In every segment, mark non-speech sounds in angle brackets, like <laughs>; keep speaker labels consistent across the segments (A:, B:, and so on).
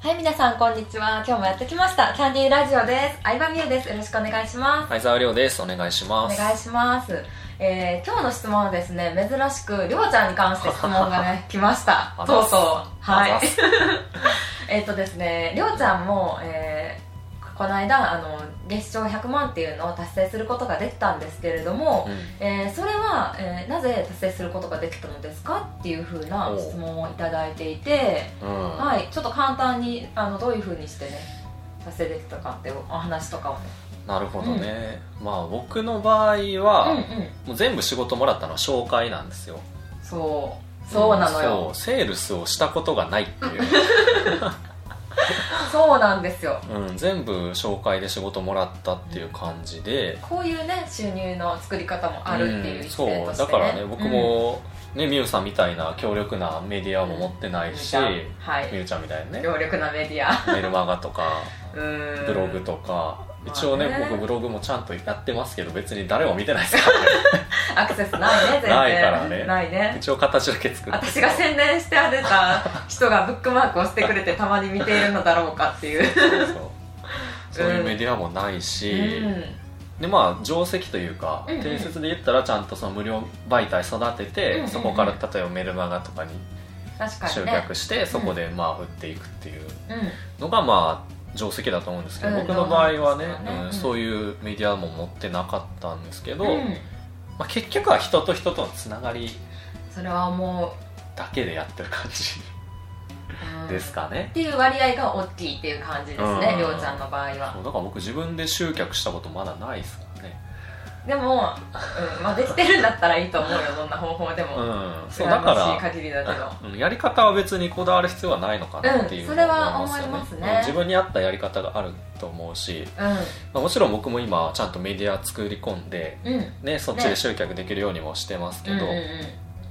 A: はい、皆さん、こんにちは。今日もやってきました。キャンディーラジオです。相葉美優です。よろしくお願いします。
B: 相沢亮ですお願いし
A: お
B: ます
A: 願いします。えー、今日の質問はですね、珍しく、りょうちゃんに関して質問が
B: <laughs>
A: ね、来ました。
B: あざ
A: とう
B: っす
A: とう。はい
B: あざっ。
A: <laughs> えっとですね、りょうちゃんも、えー、この間、あの、月賞100万っていうのを達成することができたんですけれども、
B: うん
A: えーそれは、えーなぜ達成することができたのですかっていうふうな質問をいただいていて、
B: うん
A: はい、ちょっと簡単にあのどういうふうにしてね達成できたかっていうお話とかをね
B: なるほどね、まあ僕の場
A: う
B: 合は、
A: んうん
B: もう全部仕事もらったのは紹介なんですよ
A: そうそうなの
B: そ
A: よ
B: うセールスをしたことがないっていう、
A: <laughs> そうなんですよ
B: うん、全部紹介で仕事もらったっていう感じで、
A: こういうね収入の作り方もあるっていう
B: うん
A: 一
B: そ
A: 点と
B: う
A: して、ね
B: だからね僕、も、ねみゆさんみたいな強力なメディアも持って
A: うん
B: ないし、
A: は
B: み
A: い
B: ゆちゃんみたいなね
A: 強力なメディア
B: メルマガとか
A: うん
B: ブログとか、
A: うん
B: 一応ね,、
A: まあね
B: 僕ブログもちゃんとやってますけど別に誰も見てないですから
A: アクセスないね全然
B: ないからね
A: ない
B: ね
A: ね
B: 一応形だけ作って
A: 私が宣伝してあげた人がブックマークをしてくれてたまに見ているのだろうかっていう、
B: そうそうそういうメディアもないし、でまあ定石というか、
A: うんうん
B: 定説で言ったらちゃんとその無料媒体育て
A: う
B: て、
A: んうんうん
B: そこから例えばメルマガとかに
A: 確か
B: 集
A: にね
B: 客して、そこでまあ売っていくっていう
A: うん
B: のがまあ定石だと思うんですけど、
A: うん
B: 僕の場合は
A: そうです
B: ね
A: よね
B: う
A: うん
B: ん、そういうメディアも持ってなかったんですけど、
A: うん
B: まあ、結局は人と人とのつながり
A: それはも
B: だけでやってる感じ <laughs>
A: う、うん
B: ですかね、
A: っていう割合が大きいっていう感じですね、
B: うん
A: りょうちゃんの場合
B: そ
A: は
B: うだから僕自分で集客したことまだないですからね
A: でも、うんまあ、できてるんだったらいいと思うよどんな方法でも、
B: うんそう
A: 羨
B: だ
A: ま
B: か
A: しい
B: ら
A: 限りだけど
B: うんやり方は別にこだわる必要はないのかなっていうの
A: うんそれは思いますね
B: うん自分に合ったやり方があると思うし、
A: う
B: まあ、もちろん僕も今ちゃんとメディア作り込んで、
A: んうん
B: ね、そっちで集客できるようにもしてますけ
A: うん
B: ど、
A: うんうん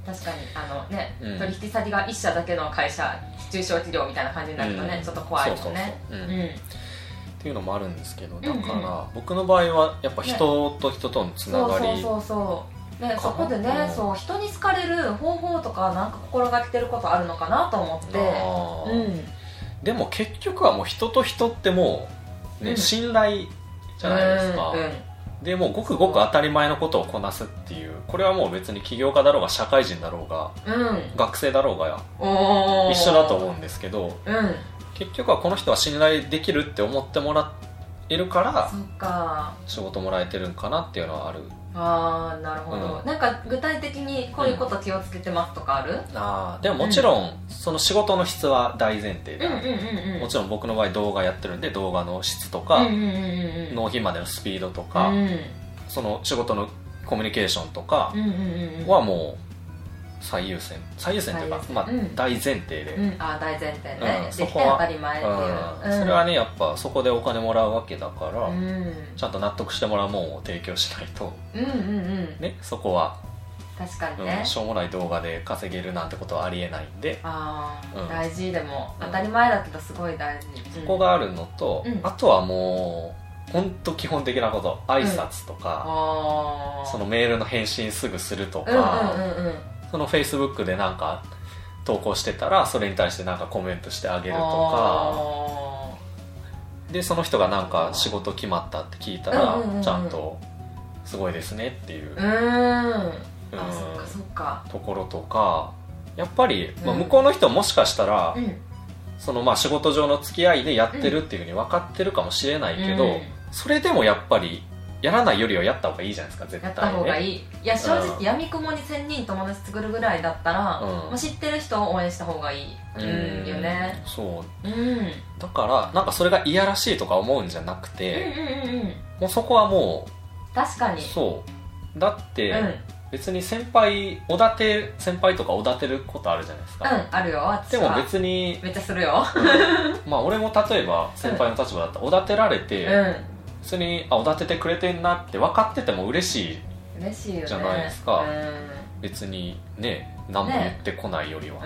A: 確かにあのね、
B: うん
A: 取引先が一社だけの会社中小企業みたいな感じになるとね、
B: うん
A: ちょっと怖いもんね
B: そうそうそうう、
A: ん
B: うん
A: う
B: っ
A: ん
B: ていうのもあるんですけど
A: ん
B: だから僕の場合はやっぱ人と人とのつな
A: そう
B: がり、
A: そうそうそうね、
B: かな
A: そこでね
B: うん
A: そう人に好かれる方法とかなんか心がけてることあるのかなと思って
B: あー
A: うん
B: でも結局はもう人と人ってもう、ね
A: うん
B: 信頼じゃないですか、
A: うんうん
B: でもうごくごく当たり前のことをこなすっていうこれはもう別に起業家だろうが社会人だろうが
A: うん、
B: 学生だろうが
A: おー
B: 一緒だと思うんですけど
A: うんそ
B: 結局はこの人は信頼できるって思ってもらえるから
A: っか
B: 仕事もらえてるんかなっていうのはある
A: あーなるほど、
B: う
A: なんか具体的にこういうこと気をつけてますとかある
B: あーでももちろんその仕事の質は大前提
A: うんう
B: で
A: ん
B: ある
A: うんうん
B: もちろん僕の場合動画やってるんで動画の質と
A: うん
B: か
A: うんうんうん
B: 納品までのスピードと
A: う
B: か
A: ん
B: その仕事のコミュニケーションとか
A: うんうんうん
B: はもう最優先最優先というか
A: 最優先
B: まあ
A: うん
B: 大前提で
A: うん、あー大前提ね、
B: うん
A: で
B: そ
A: き
B: こ
A: て当
B: は
A: たり前っていう、
B: う
A: うん
B: んそれはねやっぱそこでお金もらうわけだか
A: う
B: ら、
A: ん、うん
B: ちゃんと納得してもらうもんを提供しないと
A: うんうん
B: ねそこは、
A: 確か
B: う
A: に
B: ん
A: ね、
B: しょうもない動画で稼げるなんてことはありえないんで、
A: ああ、
B: うん
A: 大事でも
B: うん
A: 当たり前だけどすごい大事、
B: そこがあるのと、
A: うん
B: あとはもうほんと基本的なこと挨拶とか、
A: あー
B: そのメールの返信すぐすると
A: うんうん
B: か、
A: うんうん
B: そのフェイスブックでなんか投稿してたらそれに対してなんかコメントしてあげるとか。
A: あ
B: でその人がなんか仕事決まったって聞いたら、
A: うんうんうんうん
B: ちゃんと「すごいですね」っていう、
A: ーうん
B: うん
A: あそっかそっか
B: ところとかやっぱり、まあ、
A: うん
B: 向こうの人もしかしたら、
A: うん
B: そのまあ仕事上の付き合いでやってるっていうふうに分かってるかもしれないけど、
A: うん
B: それでもやっぱりやらないよりはやった方がいいじゃないですか絶
A: や
B: 対
A: っ
B: ね
A: た方がいい、いや正直、
B: うん
A: やみくもに1000人友達作るぐらいだったら、
B: うん
A: まあ、知ってる人を応援した方がいい、うん
B: うん
A: よね
B: そう
A: うん、うんうんうん
B: だからなんかそれがいやらしいとか思うんじゃなくて、
A: うん
B: もうそこはも
A: 確か
B: う
A: に
B: そうだって、
A: うんうん
B: 別に先輩おだて先輩とかおだてることあるじゃないですか、
A: あるよ私
B: でも
A: は
B: 別に、
A: めっちゃするよ
B: まあ俺も例えば先輩の立場だったらおだてられて、
A: う
B: 別にあおだててくれてんなって分かってても嬉しい
A: ん嬉しいよね
B: じゃないですか
A: うん、うん、
B: 別にね何も言ってこないよりは、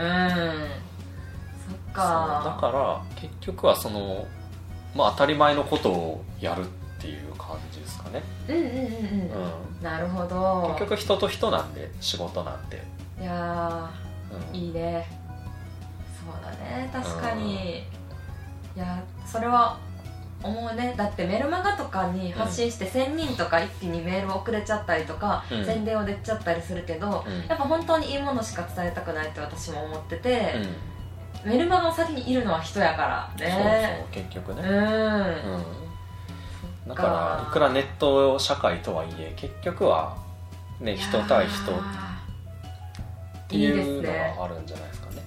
A: そっ
B: そうだ
A: か
B: から結局はその、まあ、当たり前のことをやるっていう感じですかね、
A: うんうんうん
B: う
A: うん、
B: ん、
A: なるほど
B: 結局人と人なんで仕事なんて、
A: いやー
B: うん
A: いいねそうだね確かにいやそれは思うねだってメルマガとかに発信して1000人とか一気にメール送れちゃったりとか、
B: うん
A: 宣伝を出ちゃったりするけど、
B: うん
A: やっぱ本当にいいものしか伝えたくないって私も思ってて、メルマガの先にいるのは人やから
B: そうそ
A: ね
B: う結局
A: う
B: ね、
A: ん
B: うん
A: そっ
B: だからいくらネット社会とはいえ結局は、ね、人対人
A: いや
B: って
A: いいです
B: いうの
A: ね
B: があるんじゃないですかね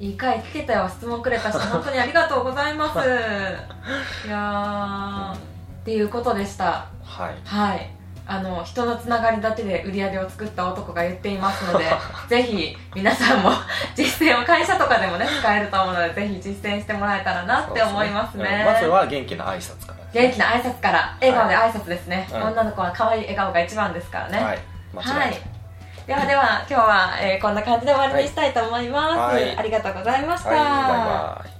A: いい回聞けたよ質問くれた人本当にありがとうございます
B: <laughs>
A: いやーっていうことでした
B: うんはい
A: はいあの人のつながりだけで売り上げを作った男が言っています
B: <laughs>
A: のでぜひ皆さんも <laughs> 実践を会社とかでもね使えると思うのでぜひ実践してもらえたらなって思いますね
B: そうでうんまずは元気な挨拶から
A: 元気な挨拶から笑顔で挨拶ですね、
B: うん
A: 女の子は可愛い笑顔が一番ですからね、
B: はい間違いない、
A: ではでは今日は、えーこんな感じで終わりにしたいと思います、
B: はい
A: ありがとうございました、
B: はい、バイバイ